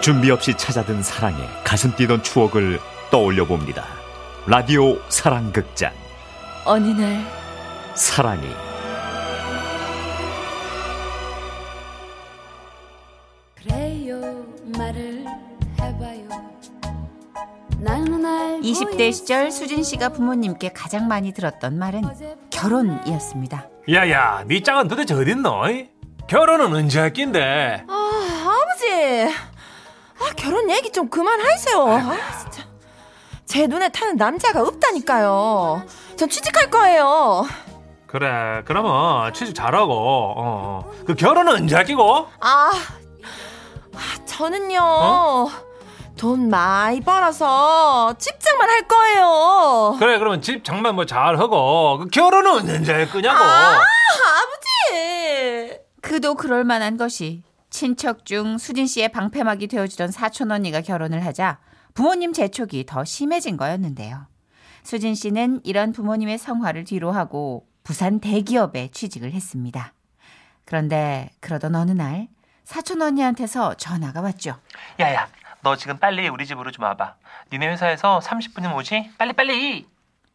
준비 없이 찾아든 사랑에 가슴 뛰던 추억을 떠올려 봅니다. 라디오 사랑극장 어느 날 사랑이 그래요 말을 해봐요 나는 알고 20대 시절 있어요. 수진 씨가 부모님께 가장 많이 들었던 말은 결혼이었습니다. 야야, 네 짱은 도대체 어딨노? 결혼은 언제 할 낀데? 어? 아버지, 아 결혼 얘기 좀 그만하세요. 아 진짜 제 눈에 타는 남자가 없다니까요. 전 취직할 거예요. 그래, 그러면 취직 잘하고, 어, 어. 그 결혼은 언제 할 끼고? 아, 아, 저는요 돈 많이 벌어서 집장만 할 거예요. 그래, 그러면 집 장만 뭐 잘하고, 그 결혼은 언제 할 거냐고? 아! 예. 그도 그럴 만한 것이 친척 중 수진 씨의 방패막이 되어주던 사촌 언니가 결혼을 하자 부모님 재촉이 더 심해진 거였는데요. 수진 씨는 이런 부모님의 성화를 뒤로하고 부산 대기업에 취직을 했습니다. 그런데 그러던 어느 날 사촌 언니한테서 전화가 왔죠. 야야 너 지금 빨리 우리 집으로 좀 와봐 니네 회사에서 30분이면 오지? 빨리빨리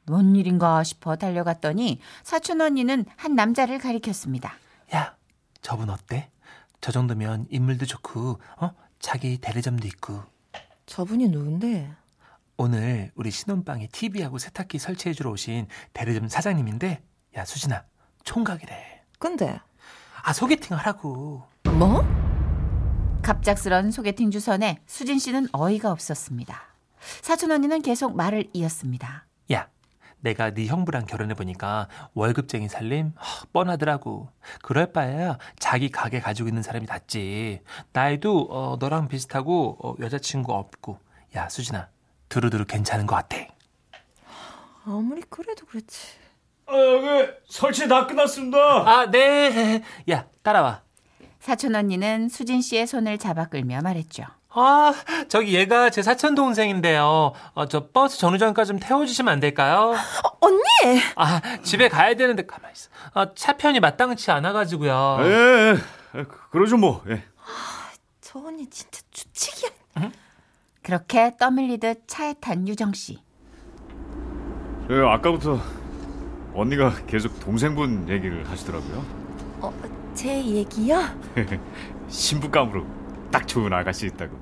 뭔 일인가 싶어 달려갔더니 사촌 언니는 한 남자를 가리켰습니다. 야 저분 어때? 저 정도면 인물도 좋고 어? 자기 대리점도 있고 저분이 누군데? 오늘 우리 신혼방에 TV하고 세탁기 설치해주러 오신 대리점 사장님인데 야 수진아 총각이래 근데 아 소개팅 하라고 뭐? 갑작스런 소개팅 주선에 수진 씨는 어이가 없었습니다. 사촌 언니는 계속 말을 이었습니다. 야 내가 네 형부랑 결혼해보니까 월급쟁이 살림 하, 뻔하더라고 그럴 바에야 자기 가게 가지고 있는 사람이 낫지 나이도 어, 너랑 비슷하고 어, 여자친구 없고 야 수진아 두루두루 괜찮은 것 같아 아무리 그래도 그렇지. 아네야 따라와 사촌 언니는 수진 씨의 손을 잡아 끌며 말했죠. 아 저기 얘가 제 사촌 동생인데요 어, 저 버스 정류장까지 좀 태워주시면 안 될까요? 어, 언니, 아 집에 가야 되는데 가만 있어 아, 차편이 마땅치 않아가지고요 예, 예, 예, 그러죠 뭐. 예. 저 언니 진짜 주치기야. 그렇게 떠밀리듯 차에 탄 유정 씨. 예, 아까부터 언니가 계속 동생분 얘기를 하시더라고요. 어, 제 얘기요? 신부감으로 딱 좋은 아가씨 있다고.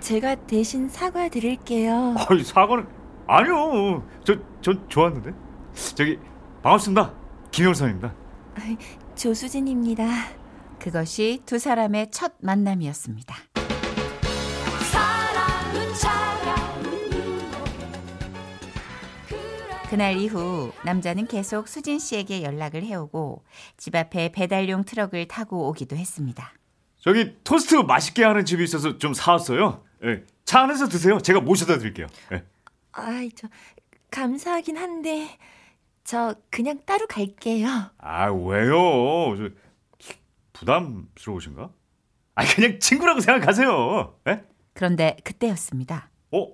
제가 대신 사과드릴게요. 아니 사과는 아니요. 저전 좋았는데. 저기 반갑습니다. 김영선입니다. 조수진입니다. 그것이 두 사람의 첫 만남이었습니다. 사랑은 차가운 유혹. 그래 그날 이후 남자는 계속 수진 씨에게 연락을 해오고 집 앞에 배달용 트럭을 타고 오기도 했습니다. 저기 토스트 맛있게 하는 집이 있어서 좀 사왔어요. 예. 차 안에서 드세요. 제가 모셔다 드릴게요. 예. 아이, 저, 감사하긴 한데, 저 그냥 따로 갈게요. 아 왜요? 저, 부담스러우신가? 아 그냥 친구라고 생각하세요. 예? 그런데 그때였습니다. 어?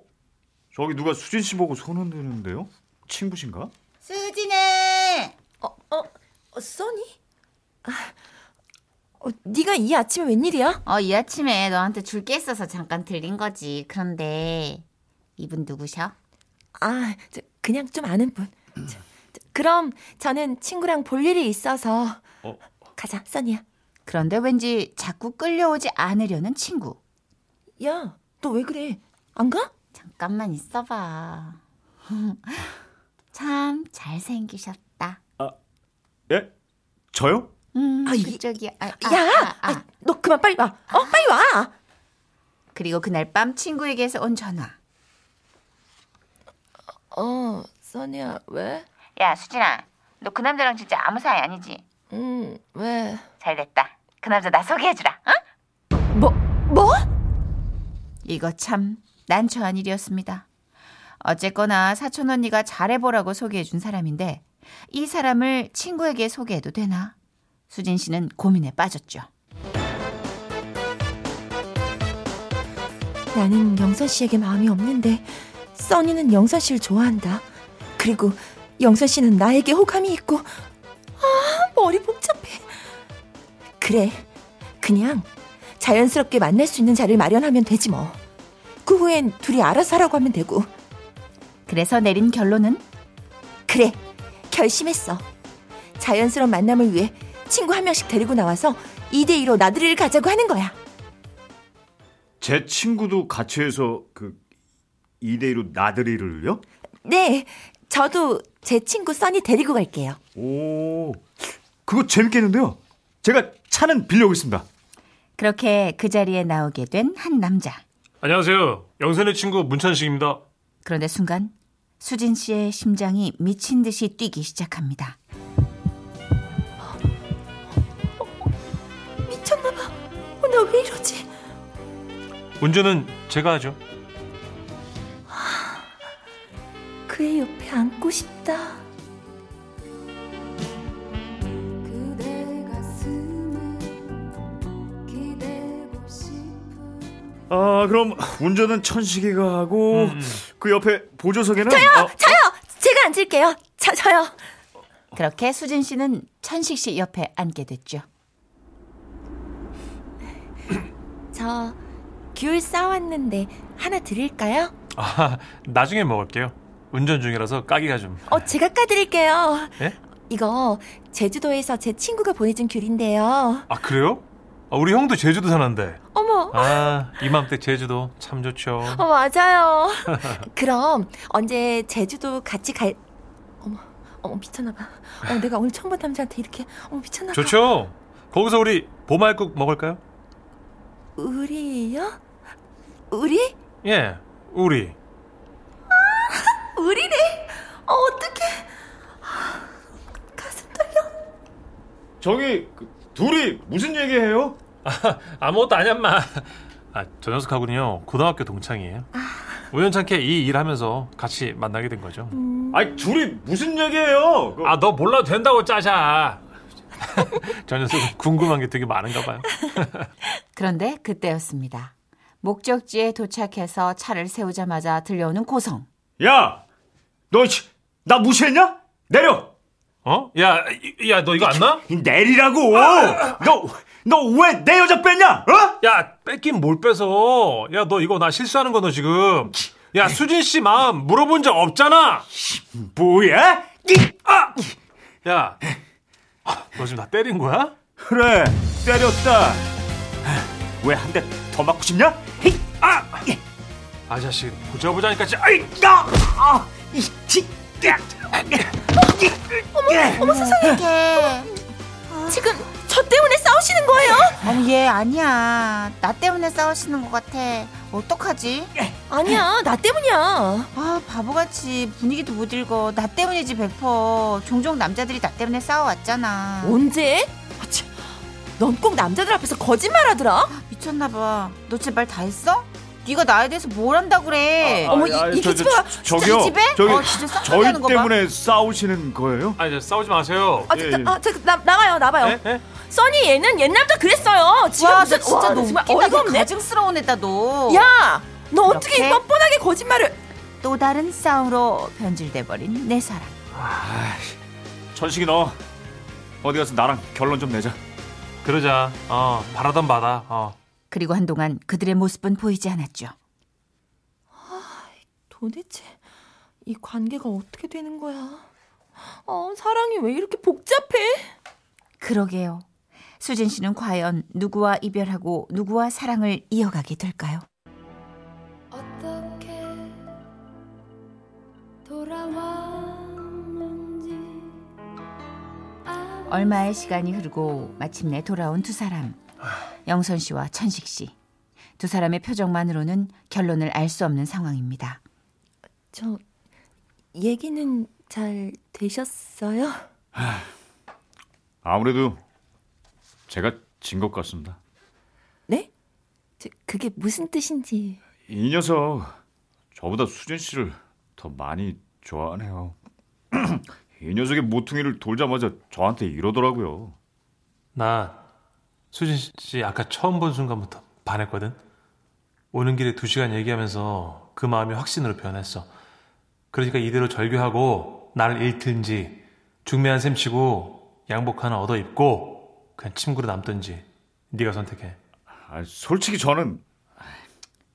저기 누가 수진 씨 보고 손 흔드는데요? 친구신가? 수진아! 어, 어, 어 써니? 아, 어, 네가 이 아침에 웬일이야? 어, 이 아침에 너한테 줄 게 있어서 잠깐 들린 거지. 그런데 이분 누구셔? 아, 저, 그냥 좀 아는 분. 저, 저, 그럼 저는 친구랑 볼 일이 있어서 어? 가자, 써니야. 그런데 왠지 자꾸 끌려오지 않으려는 친구. 야, 너 왜 그래? 안 가? 잠깐만 있어봐. 참 잘생기셨다. 예? 저요? 음, 아, 이- 그쪽이야. 아, 야, 아, 아, 아. 아, 너 그만 빨리 와. 어, 빨리 와. 그리고 그날 밤 친구에게서 온 전화. 어, 써니야, 왜? 야, 수진아. 너 그 남자랑 진짜 아무 사이 아니지? 음, 왜? 잘됐다. 그 남자 나 소개해주라. 어? 뭐, 뭐? 이거 참 난처한 일이었습니다. 어쨌거나 사촌 언니가 잘해보라고 소개해준 사람인데 이 사람을 친구에게 소개해도 되나? 수진 씨는 고민에 빠졌죠. 나는 영선 씨에게 마음이 없는데 써니는 영선 씨를 좋아한다. 그리고 영선 씨는 나에게 호감이 있고 아 머리 복잡해. 그래 그냥 자연스럽게 만날 수 있는 자리를 마련하면 되지 뭐. 그 후엔 둘이 알아서 하라고 하면 되고. 그래서 내린 결론은 그래, 결심했어. 자연스러운 만남을 위해 친구 한 명씩 데리고 나와서 2대2로 나들이를 가자고 하는 거야. 제 친구도 같이 해서 그 2대2로 나들이를요? 네, 저도 제 친구 써니 데리고 갈게요. 오, 그거 재밌겠는데요? 제가 차는 빌려오겠습니다. 그렇게 그 자리에 나오게 된 한 남자. 안녕하세요. 영선의 친구 문천식입니다. 그런데 순간 수진 씨의 심장이 미친 듯이 뛰기 시작합니다. 미쳤나봐. 어, 나 왜 이러지? 운전은 제가 하죠. 그의 옆에 앉고 싶다. 그대 가슴에 기대고 싶은 아, 그럼 운전은 천식이가 하고 그 옆에 보조석에는 어, 저요! 제가 앉을게요. 저, 저요. 그렇게 수진 씨는 천식 씨 옆에 앉게 됐죠. 저, 귤 싸왔는데 하나 드릴까요? 아, 나중에 먹을게요. 운전 중이라서 까기가 좀. 어, 제가 까드릴게요. 예? 이거 제주도에서 제 친구가 보내준 귤인데요. 아 그래요? 아, 우리 형도 제주도 사는데. 어머, 아 이맘때 제주도 참 좋죠. 어, 맞아요. 그럼 언제 제주도 같이 갈... 어머, 어머 미쳤나봐. 어, 내가 오늘 처음 본 남자한테 이렇게... 어머, 미쳤나봐. 좋죠. 거기서 우리 보말국 먹을까요? 우리요? 우리? 예, 우리. 우리래? 어, 어떡해. 아, 가슴 떨려. 저기 그 둘이 무슨 얘기해요? 아무것도 아니야, 마. 아, 저 녀석하고는요 고등학교 동창이에요. 우연찮게 이 일하면서 같이 만나게 된 거죠. 아니 둘이 무슨 얘기해요? 그- 아, 너 몰라도 된다고 짜자. 저 녀석은 궁금한 게 되게 많은가 봐요. 그런데 그때였습니다. 목적지에 도착해서 차를 세우자마자 들려오는 고성. 그, 야, 너 나 무시했냐? 내려. 어? 야, 이- 야, 너 이거 안 나? 내리라고. 너 너 왜 내 여자 뺐냐? 어? 야, 뺏긴 뭘 뺏어. 야, 너 이거 나 실수하는 거 너 지금. 야, 수진 씨 마음 물어본 적 없잖아. 뭐야? 이- 아, 야, 아, 너 지금 나 때린 거야? 그래 때렸다. 왜 한 대 더 맞고 싶냐? 히, 아, 이, 아 자식 보자 보자니까 진짜. 아이, 아, 아, 이, 치, 야, 어머, 어머, 지금 저 때문에 싸우시는 거예요? 네. 아니 얘 아니야. 나 때문에 싸우시는 것 같아. 어떡하지? 아니야, 나 때문이야. 아 바보같이 분위기도 못 읽어. 나 때문이지 베퍼. 종종 남자들이 나 때문에 싸워왔잖아. 언제? 넌 꼭 남자들 앞에서 거짓말하더라. 미쳤나봐. 너 제발 다 했어? 네가 나에 대해서 뭘 한다고 그래? 어머, 이 기집애가 이 아, 저기요, 집에? 저기 어, 진짜 쌍 저희 나는 거 봐. 때문에 싸우시는 거예요? 아니 저 싸우지 마세요. 아, 예, 저, 예. 아, 저, 나, 나가요, 나가요. 예? 예? 써니 얘는 옛날부터 그랬어요. 지금 와, 너 무슨- 진짜 와, 너 웃긴다. 정말 어이가 너 없네. 가증스러운 애다 어. 너. 야, 너 어떻게 이렇게? 뻔뻔하게 거짓말을? 또 다른 싸움으로 변질돼 버린 내 사랑. 천식이 너 어디 가서 나랑 결론 좀 내자. 그러자. 어 바라던 바다. 어. 그리고 한동안 그들의 모습은 보이지 않았죠. 도대체 이 관계가 어떻게 되는 거야? 어, 사랑이 왜 이렇게 복잡해? 그러게요. 수진 씨는 과연 누구와 이별하고 누구와 사랑을 이어가게 될까요? 어떻게 돌아왔는지 아, 얼마의 시간이 흐르고 마침내 돌아온 두 사람. 영선 씨와 천식 씨. 두 사람의 표정만으로는 결론을 알 수 없는 상황입니다. 저 얘기는 잘 되셨어요? 아무래도 제가 진 것 같습니다. 네? 저, 그게 무슨 뜻인지. 이 녀석 저보다 수진 씨를 더 많이 좋아하네요. 이 녀석의 모퉁이를 돌자마자 저한테 이러더라고요. 나 수진 씨 아까 처음 본 순간부터 반했거든. 오는 길에 두 시간 얘기하면서 그 마음이 확신으로 변했어. 그러니까 이대로 절규하고 나를 잃든지 중매한 셈치고 양복 하나 얻어 입고 그냥 친구로 남든지 네가 선택해. 아, 솔직히 저는 아,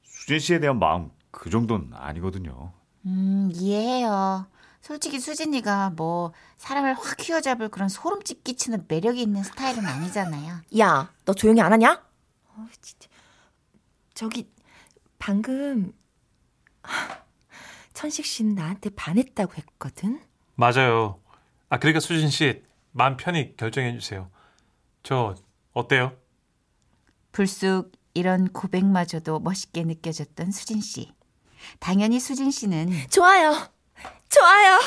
수진 씨에 대한 마음 그 정도는 아니거든요. 음, 이해해요. 솔직히 수진이가 뭐 사람을 확 휘어잡을 그런 소름끼 끼치는 매력이 있는 스타일은 아니잖아요. 야, 너 조용히 안 하냐? 어, 진짜. 저기 방금 천식 씨는 나한테 반했다고 했거든. 맞아요. 아 그러니까 수진 씨 마음 편히 결정해 주세요. 저 어때요? 불쑥 이런 고백마저도 멋있게 느껴졌던 수진 씨. 당연히 수진 씨는 좋아요. 좋아요.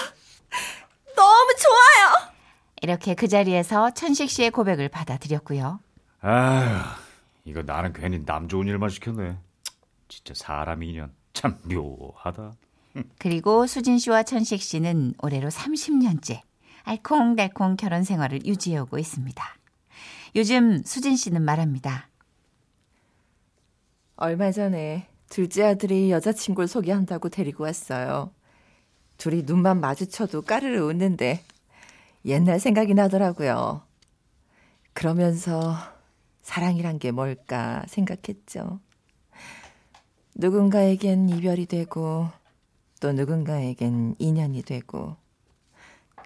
너무 좋아요. 이렇게 그 자리에서 천식 씨의 고백을 받아들였고요. 아휴, 이거 나는 괜히 남 좋은 일만 시켰네. 진짜 사람 인연 참 묘하다. 그리고 수진 씨와 천식 씨는 올해로 30년째 알콩달콩 결혼 생활을 유지해오고 있습니다. 요즘 수진 씨는 말합니다. 얼마 전에 둘째 아들이 여자친구를 소개한다고 데리고 왔어요. 둘이 눈만 마주쳐도 까르르 웃는데 옛날 생각이 나더라고요. 그러면서 사랑이란 게 뭘까 생각했죠. 누군가에겐 이별이 되고 또 누군가에겐 인연이 되고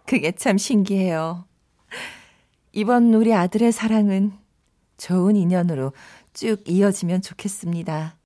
그게 참 신기해요. 이번 우리 아들의 사랑은 좋은 인연으로 쭉 이어지면 좋겠습니다.